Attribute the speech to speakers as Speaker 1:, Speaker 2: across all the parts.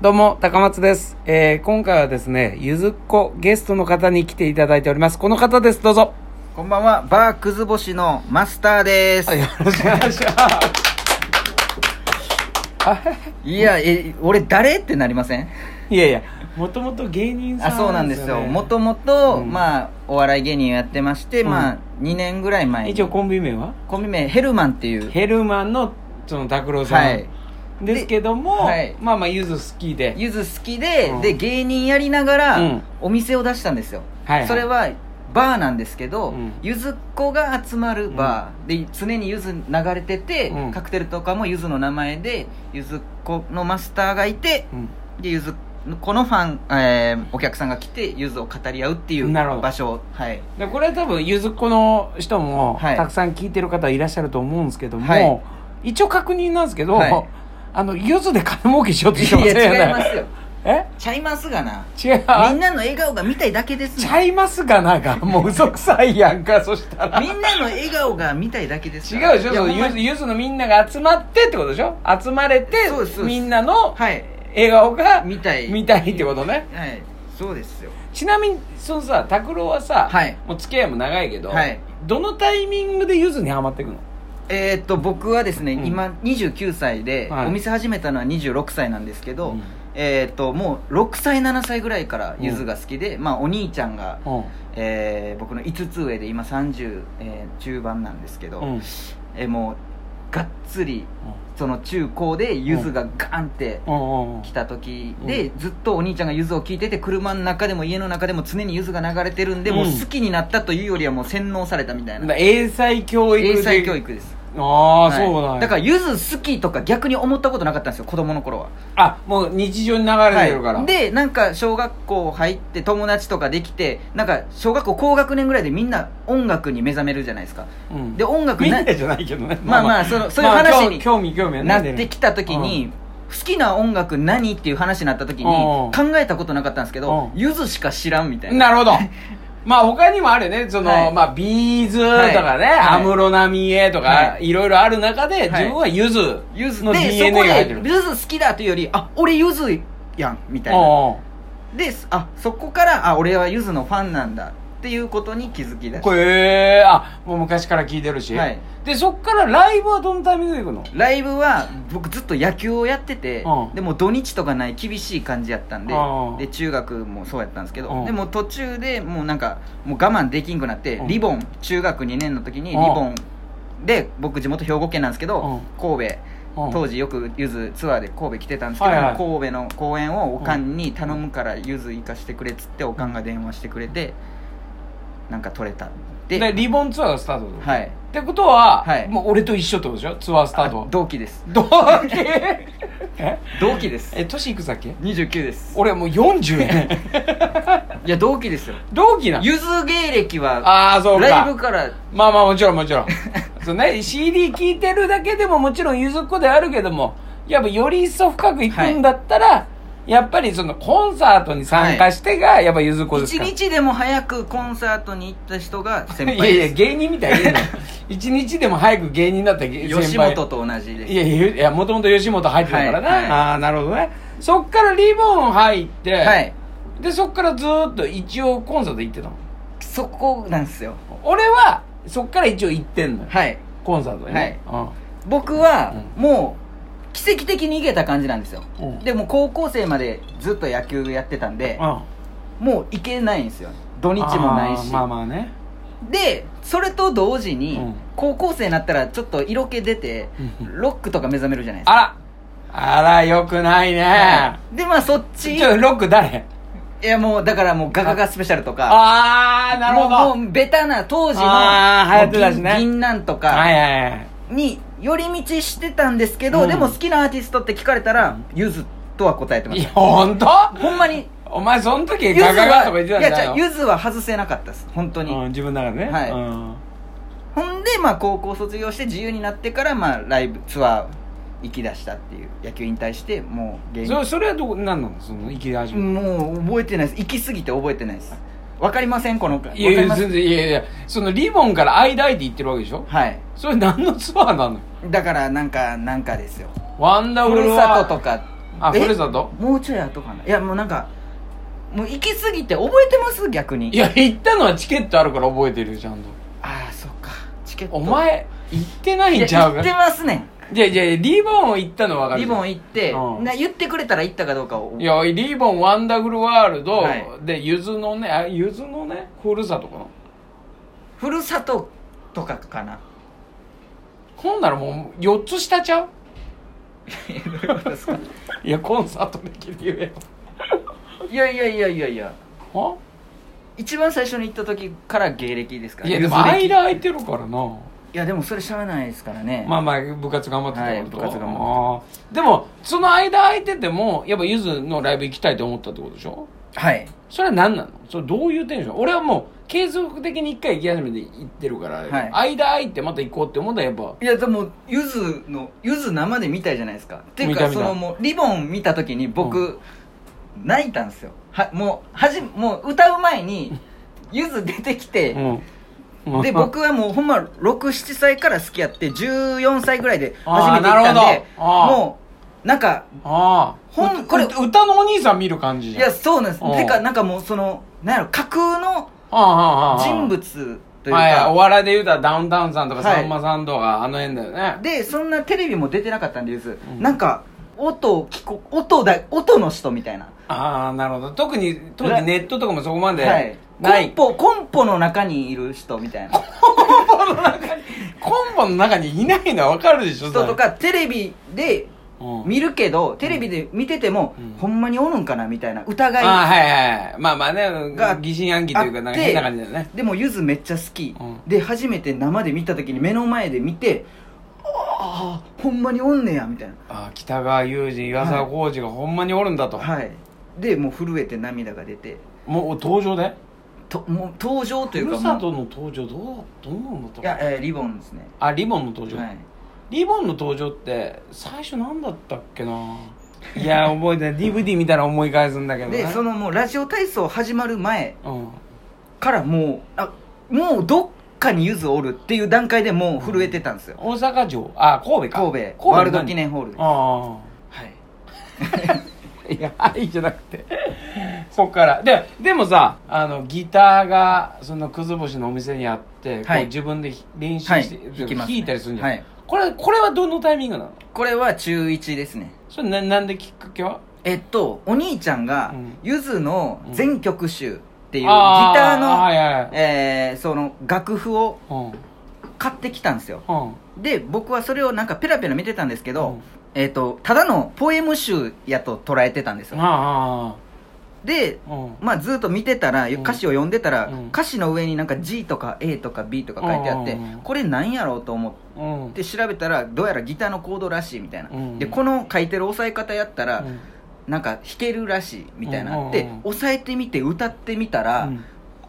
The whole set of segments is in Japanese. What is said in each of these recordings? Speaker 1: どうも、高松です。えー、今回はですね、ゆずっこゲストの方に来ていただいております。この方です、どうぞ。
Speaker 2: こんばんは、バークズ星のマスターです。
Speaker 1: よろしくお願いします。
Speaker 2: いや、え、俺誰ってなりません
Speaker 1: いやいや、もともと芸人さん
Speaker 2: あ、そうなんですよ。
Speaker 1: ね
Speaker 2: もともと、
Speaker 1: うん
Speaker 2: まあ、お笑い芸人をやってまして、
Speaker 1: うん
Speaker 2: まあ、2年ぐらい前に
Speaker 1: 一応コンビ名は
Speaker 2: コンビ名、ヘルマンっていう、
Speaker 1: ヘルマンの、その、拓郎さん。
Speaker 2: はい
Speaker 1: ですけども、
Speaker 2: はい
Speaker 1: まあまあ、ゆず好きで。
Speaker 2: ゆず好きで、
Speaker 1: うん
Speaker 2: で、芸人やりながら、
Speaker 1: うん
Speaker 2: お店を出したんですよ。
Speaker 1: はいはい
Speaker 2: それは、バーなんですけど、
Speaker 1: うん
Speaker 2: ゆずっ子が集まるバー、で常にゆず流れてて、
Speaker 1: うん
Speaker 2: カクテルとかもゆずの名前でゆずっ子のマスターがいて、
Speaker 1: うん
Speaker 2: でゆずこのファン、えーお客さんが来てゆずを語り合うっていう
Speaker 1: なるほど
Speaker 2: 場所はい
Speaker 1: でこれは多分ゆずっこの人も、
Speaker 2: はい
Speaker 1: たくさん聞いてる方いらっしゃると思うんですけども、
Speaker 2: はい
Speaker 1: 一応確認なんですけど、
Speaker 2: はい
Speaker 1: あのゆずで金儲けしようって
Speaker 2: い
Speaker 1: 人も
Speaker 2: や違いますよ
Speaker 1: え
Speaker 2: ちゃいますがな
Speaker 1: 違
Speaker 2: み
Speaker 1: うん
Speaker 2: なの笑顔が見たいだけです
Speaker 1: ち
Speaker 2: ね
Speaker 1: ゃいますがなんかもう嘘くさいやんかそしたら違
Speaker 2: みんなの笑顔が見たいだけですから
Speaker 1: うでしょ
Speaker 2: いや
Speaker 1: その
Speaker 2: ほんま
Speaker 1: ゆずゆずのみんなが集まってってことでしょ集まれて
Speaker 2: そうですそうです
Speaker 1: みんなの
Speaker 2: はい
Speaker 1: 笑顔が
Speaker 2: 見たい
Speaker 1: 見たいってことね
Speaker 2: はいそうですよ
Speaker 1: ちなみにそのさ拓郎はさ、
Speaker 2: はい
Speaker 1: もう付き合いも長いけど、
Speaker 2: はい
Speaker 1: どのタイミングでゆずにハマっていくの
Speaker 2: えーっと僕はですね、
Speaker 1: うん
Speaker 2: 今29歳で、
Speaker 1: はい
Speaker 2: お店始めたのは26歳なんですけど、
Speaker 1: うん
Speaker 2: えーっともう6歳7歳ぐらいからゆずが好きで、まあお兄ちゃんがえー僕の5つ上で今30、えー中盤なんですけど、
Speaker 1: うんうん
Speaker 2: えーもうがっつりその中高でゆずがガンって
Speaker 1: うんうん
Speaker 2: 来た時で、ずっとお兄ちゃんがゆずを聴いてて車の中でも家の中でも常にゆずが流れてるんで、もう好きになったというよりはもう洗脳されたみたいな
Speaker 1: 英才教育で
Speaker 2: 英才教育です
Speaker 1: ああ、
Speaker 2: はい
Speaker 1: そうなんや
Speaker 2: だからゆず好きとか逆に思ったことなかったんですよ子供の頃は
Speaker 1: あもう日常に流れてるから、
Speaker 2: はい、でなんか小学校入って友達とかできてなんか小学校高学年ぐらいでみんな音楽に目覚めるじゃないですか
Speaker 1: うん
Speaker 2: で音楽
Speaker 1: みん
Speaker 2: な
Speaker 1: なじゃないけどね
Speaker 2: まあまあそのそういう話に
Speaker 1: 興味興味は
Speaker 2: な
Speaker 1: ね
Speaker 2: ってきた時に、好きな音楽何っていう話になった時に考
Speaker 1: う
Speaker 2: えたことなかったんですけど
Speaker 1: うん
Speaker 2: ゆずしか知らんみたいな
Speaker 1: なるほどまあ他にもあるよねその、
Speaker 2: はい
Speaker 1: まあビーズとかね
Speaker 2: はいはい
Speaker 1: 安室奈美恵とか、、
Speaker 2: はい
Speaker 1: ろいろある中で、
Speaker 2: い
Speaker 1: 自分はゆず
Speaker 2: ゆず
Speaker 1: の
Speaker 2: で
Speaker 1: DNA
Speaker 2: そこ
Speaker 1: が入って
Speaker 2: で
Speaker 1: る
Speaker 2: ゆず好きだというよりあ俺ゆずやんみたいな
Speaker 1: おうお
Speaker 2: ですあそこからあ俺はゆずのファンなんだっていうことに気づきだ
Speaker 1: う
Speaker 2: し
Speaker 1: これあもう昔から聞いてるし、
Speaker 2: はい
Speaker 1: でそっからライブはどのタイミングで行くの
Speaker 2: ライブは僕ずっと野球をやってて、
Speaker 1: うん
Speaker 2: でも土日とかない厳しい感じやったんで,、
Speaker 1: うん
Speaker 2: で中学もそうやったんですけど、
Speaker 1: うん
Speaker 2: でも途中でもうなんかもう我慢できんくなって、
Speaker 1: うん
Speaker 2: リボン中学2年の時にリ
Speaker 1: うん
Speaker 2: ボンで僕地元兵庫県なんですけど、神戸
Speaker 1: うん
Speaker 2: 当時よくゆずツアーで神戸来てたんですけど、
Speaker 1: はいはい
Speaker 2: 神戸の公演をおかんに頼むからゆず行かしてくれっつっておかんが電話してくれてなんか取れた
Speaker 1: で
Speaker 2: で
Speaker 1: リボンツアーがスタート、
Speaker 2: はい
Speaker 1: ってことは、
Speaker 2: はい
Speaker 1: もう俺と一緒ってことでしょツアースタート
Speaker 2: あ同期です
Speaker 1: 同期 え
Speaker 2: 同期です
Speaker 1: え年いくつだっけ
Speaker 2: 29です
Speaker 1: 俺もう40やね
Speaker 2: いや 同期ですよ
Speaker 1: 同期なの
Speaker 2: ゆず芸歴は
Speaker 1: ああそうか
Speaker 2: ライブから
Speaker 1: まあまあもちろんもち ろんそうね CD 聴いてるだけでももちろんゆずっ子であるけどもやっぱより一層深くいくんだったら、やっぱりそのコンサートに参加してがやっぱゆずっ子です
Speaker 2: 一
Speaker 1: から、
Speaker 2: 日でも早くコンサートに行った人が 先
Speaker 1: いや
Speaker 2: 輩
Speaker 1: いや
Speaker 2: です
Speaker 1: 芸人みたいに言 うな一日でも早く芸人だったら先輩
Speaker 2: 吉本と同じです
Speaker 1: いやいやいやもともと吉本入ってたからな、
Speaker 2: はいはい
Speaker 1: ああなるほどねそっからリボン入って、
Speaker 2: はい
Speaker 1: でそっからずーっと一応コンサート行ってたの
Speaker 2: そこなんですよ
Speaker 1: 俺はそっから一応行ってんのよ
Speaker 2: はい
Speaker 1: コンサートにね、
Speaker 2: 僕はもう奇跡的に行けた感じなんですよ
Speaker 1: うんうん
Speaker 2: でも高校生までずっと野球やってたんで
Speaker 1: うん
Speaker 2: もう行けないんですよ土日もない
Speaker 1: あー
Speaker 2: し
Speaker 1: まあまあね
Speaker 2: でそれと同時に
Speaker 1: うん
Speaker 2: 高校生になったらちょっと色気出て
Speaker 1: うん
Speaker 2: ロックとか目覚めるじゃないですか
Speaker 1: あらあらよくないね、
Speaker 2: はいでまあそっち
Speaker 1: ちょロック誰
Speaker 2: いやもうだからもうガガガスペシャルとか
Speaker 1: ああなるほど
Speaker 2: もうもうベタな当時の
Speaker 1: あー流行ってたしね
Speaker 2: もう銀銀なんと
Speaker 1: は
Speaker 2: か
Speaker 1: いはいはい
Speaker 2: に寄り道してたんですけど、
Speaker 1: うん
Speaker 2: でも好きなアーティストって聞かれたらゆずとは答えてま
Speaker 1: い
Speaker 2: し
Speaker 1: や本当
Speaker 2: たほんまに
Speaker 1: お前その時
Speaker 2: ゆず
Speaker 1: ガガガとか言
Speaker 2: は
Speaker 1: っ
Speaker 2: い
Speaker 1: てたんじゃない
Speaker 2: や
Speaker 1: の
Speaker 2: ゆずは外せなかったです本当に、
Speaker 1: うん、自分の中でね、
Speaker 2: はい
Speaker 1: うん
Speaker 2: ほんでまあ高校卒業して自由になってからまあライブツアー行き出したっていう野球引退してもう芸人
Speaker 1: そそれはどこ何なのその生き始めた
Speaker 2: もう覚えてないです行き過ぎて覚えてないですわかりませんこの
Speaker 1: いやい
Speaker 2: わかり
Speaker 1: や
Speaker 2: ます
Speaker 1: 全然いやいやそのリボンから間いって言ってるわけでしょ
Speaker 2: はい
Speaker 1: それ何のツアーなの
Speaker 2: だからなんかなんかですよ
Speaker 1: ワンダ
Speaker 2: ふ
Speaker 1: フル
Speaker 2: るさ
Speaker 1: は
Speaker 2: ととか
Speaker 1: あふるさと
Speaker 2: もうちょい後かないやもうなんかもう行き過ぎて覚えてます逆に
Speaker 1: いや行ったのはチケットあるから覚えてるよちゃんと
Speaker 2: ああそっかチケット
Speaker 1: お前行ってないい
Speaker 2: や
Speaker 1: んちゃう
Speaker 2: 行
Speaker 1: か
Speaker 2: って
Speaker 1: じゃ
Speaker 2: ますねん
Speaker 1: あじゃあリボンを行ったのは分かる
Speaker 2: リボン
Speaker 1: い
Speaker 2: 行って、
Speaker 1: うん
Speaker 2: な言ってくれたら行ったかどうかを
Speaker 1: やリボンワンダフルワールド
Speaker 2: はい
Speaker 1: でゆずのねあゆずのねふるさとかな
Speaker 2: ふるさととかかな
Speaker 1: ほんならもう4つ下ちゃう
Speaker 2: えどういうことですか
Speaker 1: いやコンサートできるよ
Speaker 2: いやいやいやいやいや
Speaker 1: は
Speaker 2: 一番最初に行った時から芸歴ですから
Speaker 1: いやでも
Speaker 2: ゆず歴
Speaker 1: 間空いてるからない
Speaker 2: やでもそれしゃあないですからね、
Speaker 1: まあまあ部活頑張ってたってこと、
Speaker 2: はい部活頑張
Speaker 1: 張ってでもその間空いててもやっぱゆずのライブ行きたいと思ったってことでしょ
Speaker 2: はい
Speaker 1: それは何なのそれどういうテンション俺はもう継続的に一回行き始めて行ってるから、
Speaker 2: はい
Speaker 1: 間空いてまた行こうって思ったらやっぱ
Speaker 2: いやでもゆずのゆず生で見たじゃないですかっていう
Speaker 1: 見た
Speaker 2: か
Speaker 1: 見
Speaker 2: そ
Speaker 1: た
Speaker 2: のもうリボン見た時に僕、泣いたんですよはもうはじもう歌う前にゆず出てきて、
Speaker 1: うん
Speaker 2: で僕はもうほんま67歳から好きやって14歳ぐらいで初めて
Speaker 1: あーなる
Speaker 2: 行ったんで
Speaker 1: ほどあー
Speaker 2: もうなんか
Speaker 1: ああ
Speaker 2: ほん
Speaker 1: う
Speaker 2: これ
Speaker 1: う歌のお兄さん見る感じ
Speaker 2: い
Speaker 1: じゃん
Speaker 2: やそうなんです
Speaker 1: うん
Speaker 2: てかなんかもうそのなんやろ架空の
Speaker 1: ああああああ
Speaker 2: 人物というか、
Speaker 1: はいお笑いで言うたらダウンタウンさんとか
Speaker 2: はい
Speaker 1: さんまさんとかあの辺だよね
Speaker 2: でそんなテレビも出てなかったんでゆず、
Speaker 1: うん
Speaker 2: なんか音を聞こ音だ音の人みたいな
Speaker 1: ああなるほど特に当時ネットとかもそこまで
Speaker 2: はい
Speaker 1: な
Speaker 2: コン
Speaker 1: い、
Speaker 2: ポコンポの中にいる人みたいな
Speaker 1: コンボの中にいないのはわかるでしょそ
Speaker 2: 人
Speaker 1: れ
Speaker 2: とかテレビで
Speaker 1: うん
Speaker 2: 見るけどテレビで見てても、
Speaker 1: うん
Speaker 2: ほんまにおるんかなみたいな疑い
Speaker 1: ああはいはいまあまあね
Speaker 2: が
Speaker 1: 疑心暗鬼というかなんか変な感じだよね
Speaker 2: でもゆずめっちゃ好き、
Speaker 1: うん
Speaker 2: で初めて生で見た時に目の前で見てああほんまにおんねやみたいな
Speaker 1: ああ北川悠仁岩沢浩二がほんまにおるんだと、
Speaker 2: はいでもう震えて涙が出て
Speaker 1: もう登場で
Speaker 2: ともう登場と
Speaker 1: ふ
Speaker 2: いう
Speaker 1: る
Speaker 2: か
Speaker 1: さ
Speaker 2: もう
Speaker 1: との登場どうどうなんだと
Speaker 2: いや、えーリボンですね
Speaker 1: あリボンの登場、
Speaker 2: はい
Speaker 1: リボンの登場って最初なんだったっけ ないや覚えてない DVD 見たら思い返すんだけどね
Speaker 2: でそのもうラジオ体操始まる前
Speaker 1: うん
Speaker 2: からもうあもうどっかにゆずおるっていう段階でもう震えてたんですよ、
Speaker 1: 大阪城あ神戸か
Speaker 2: 神戸ワールド記
Speaker 1: 念
Speaker 2: 念ホールで
Speaker 1: あ
Speaker 2: はい
Speaker 1: あいやはいじゃなくて そっからででもさあのギターがそのくず星のお店にあって、こ
Speaker 2: は
Speaker 1: う
Speaker 2: い
Speaker 1: 自分で練習
Speaker 2: はい
Speaker 1: して、
Speaker 2: 弾きますね
Speaker 1: 弾いたりするんじゃん、
Speaker 2: はい
Speaker 1: これこれはどのタイミングなの
Speaker 2: これは中1ですね
Speaker 1: それななんできっかけは
Speaker 2: えっとお兄ちゃんが
Speaker 1: うん
Speaker 2: ゆずの全曲集っていうギ
Speaker 1: あー
Speaker 2: ターの、
Speaker 1: はいはい
Speaker 2: えーその楽譜を
Speaker 1: うん
Speaker 2: 買ってきたんですよ
Speaker 1: うん
Speaker 2: で僕はそれをなんかペラペラ見てたんですけど、
Speaker 1: うん
Speaker 2: えっとただのポエム集やと捉えてたんですよ
Speaker 1: あ
Speaker 2: で
Speaker 1: あああうん
Speaker 2: まあ、ずっと見てたら
Speaker 1: ん
Speaker 2: 歌詞を読んでたら、
Speaker 1: うん
Speaker 2: 歌詞の上になんか G とか A とか B とか書いてあって、
Speaker 1: うんうんうん
Speaker 2: これなんやろうと思っ
Speaker 1: うん
Speaker 2: て調べたらどうやらギターのコードらしいみたいな、
Speaker 1: うん
Speaker 2: でこの書いてる押さえ方やったら、
Speaker 1: うん
Speaker 2: なんか弾けるらしいみたいなあって、
Speaker 1: うんうんうん
Speaker 2: 押さえてみて歌ってみたら、
Speaker 1: うん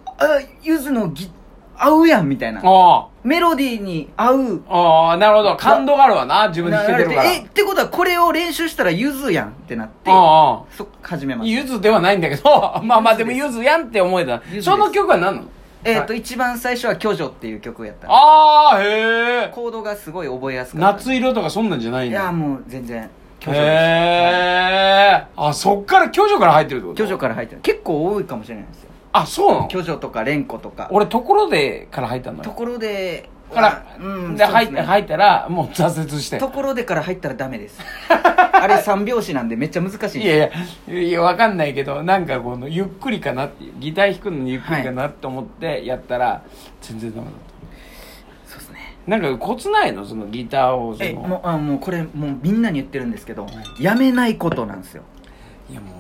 Speaker 2: あゆずのギ合うやんみたいな
Speaker 1: あ
Speaker 2: メロディーに合う
Speaker 1: あああなるほど感動があるわな自分で
Speaker 2: な
Speaker 1: 弾けてる
Speaker 2: られて
Speaker 1: から
Speaker 2: えってことはこれを練習したらゆずやんってなって
Speaker 1: ああ
Speaker 2: そっ始めます
Speaker 1: ゆずではないんだけど、 まあまあでもゆずやんって思えた
Speaker 2: ゆずで。す
Speaker 1: その曲は何なの
Speaker 2: えっ、と、一番最初は「巨女」っていう曲やったんです
Speaker 1: ああ、へえ。
Speaker 2: コードがすごい覚えやすかった
Speaker 1: 夏色とかそんなんじゃない
Speaker 2: い
Speaker 1: ん
Speaker 2: や
Speaker 1: だ。
Speaker 2: もう全然
Speaker 1: へ
Speaker 2: 巨女です
Speaker 1: え。あ、そっから巨女から入ってるってこ
Speaker 2: はい
Speaker 1: と
Speaker 2: 巨女。から入ってる結構多いかもしれないですよ
Speaker 1: あ、そうなの
Speaker 2: 巨女とか蓮子とか
Speaker 1: 俺、ところでから入ったの
Speaker 2: と
Speaker 1: よ。
Speaker 2: ころで
Speaker 1: から、
Speaker 2: うん
Speaker 1: で、
Speaker 2: そう
Speaker 1: 入
Speaker 2: す
Speaker 1: っ
Speaker 2: ね
Speaker 1: 入ったら、もう挫折して。
Speaker 2: ところでから入ったらダメですあれ三拍子なんでめっちゃ難しいんです
Speaker 1: いやいや、いや、わかんないけど、なんかこの、ゆっくりかなっていう、ギター弾くのにゆっくりかなって思ってやったら、全然ダメだった。
Speaker 2: そうですね
Speaker 1: なんかコツないのそのギターを、そ
Speaker 2: え
Speaker 1: の。
Speaker 2: もうあもうこれもうみんなに言ってるんですけどやめないことなんですよ
Speaker 1: いや、も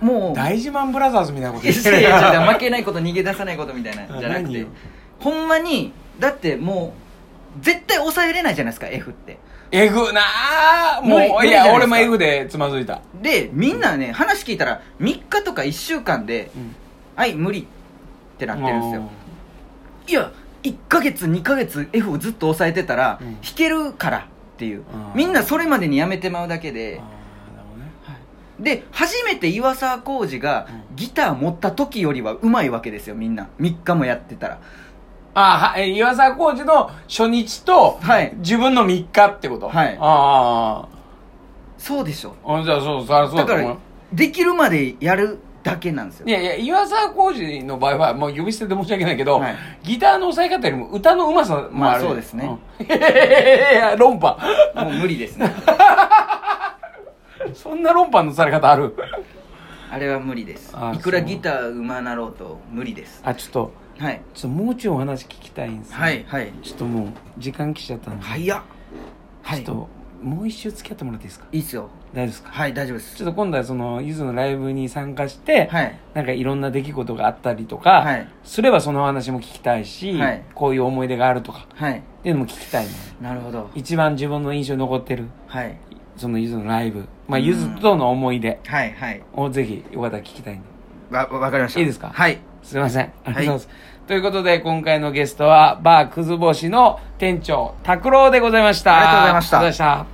Speaker 2: も
Speaker 1: う、
Speaker 2: う
Speaker 1: 大事マンブラザーズみたいなこと
Speaker 2: いや
Speaker 1: 言
Speaker 2: い
Speaker 1: って
Speaker 2: や
Speaker 1: る
Speaker 2: いやいや負けないこと逃げ出さないことみたいな
Speaker 1: あ
Speaker 2: じゃなく
Speaker 1: 何
Speaker 2: て
Speaker 1: よ
Speaker 2: ほんまにだってもう絶対抑えれないじゃないですか F って
Speaker 1: えぐなあも
Speaker 2: 無理無
Speaker 1: うい
Speaker 2: 理じゃないです
Speaker 1: や
Speaker 2: か
Speaker 1: 俺もえぐでつまずいた
Speaker 2: でみんなね話聞いたら3日とか1週間で
Speaker 1: うん
Speaker 2: 「はい無理」ってなってるんですよ
Speaker 1: す
Speaker 2: いや1ヶ月2ヶ月 F をずっと抑えてたら、
Speaker 1: うん
Speaker 2: 弾けるからっていう
Speaker 1: あー
Speaker 2: みんなそれまでにやめてまうだけでで初めて岩沢浩二が
Speaker 1: う
Speaker 2: ギター持った時よりはうまいわけですよみんな3日もやってたら
Speaker 1: あーはい岩沢浩二の初日と
Speaker 2: はい
Speaker 1: 自分の3日ってこと
Speaker 2: はい
Speaker 1: あ
Speaker 2: そうでしょ
Speaker 1: あじゃあそうそうそう
Speaker 2: だか
Speaker 1: と思
Speaker 2: ら
Speaker 1: う
Speaker 2: できるまでやるだけなんですよ
Speaker 1: いやいや岩沢浩二の場合はもう呼び捨てで申し訳ないけど、
Speaker 2: はい
Speaker 1: ギターの押さえ方よりも歌のうまさもある、
Speaker 2: まあそうですね
Speaker 1: うん、い やいやいや論破
Speaker 2: もう無理ですね
Speaker 1: そんな論破のされ方ある
Speaker 2: あれは無理です
Speaker 1: あ
Speaker 2: いくら
Speaker 1: そう
Speaker 2: ギターうまなろうと無理です
Speaker 1: あちょっと
Speaker 2: はい
Speaker 1: ちょっともうちょいお話聞きたいんですよ
Speaker 2: はいはい
Speaker 1: ちょっともう時間来ちゃったんで、
Speaker 2: 早っは
Speaker 1: ちょっ
Speaker 2: い
Speaker 1: ともう一周付き合ってもらっていいですか
Speaker 2: いいっすよ
Speaker 1: 大丈夫ですか
Speaker 2: はい大丈夫です
Speaker 1: ちょっと今度はそのゆずのライブに参加して、
Speaker 2: はい
Speaker 1: なんかいろんな出来事があったりとか、
Speaker 2: はい
Speaker 1: すればその話も聞きたいし、
Speaker 2: はい
Speaker 1: こういう思い出があるとか
Speaker 2: はい
Speaker 1: っていうのも聞きたいね
Speaker 2: なるほど
Speaker 1: 一番自分の印象に残ってる
Speaker 2: はい
Speaker 1: そのゆずのライブまあ
Speaker 2: うん
Speaker 1: ゆずとの思い出
Speaker 2: はいはい
Speaker 1: をぜひよかったら聞きたいね
Speaker 2: わわかりました
Speaker 1: いいですか
Speaker 2: はい
Speaker 1: すいませんありがとうございます、ということで今回のゲストはバーくず星の店長拓郎でございました
Speaker 2: ありがとうございました
Speaker 1: ありがとうございました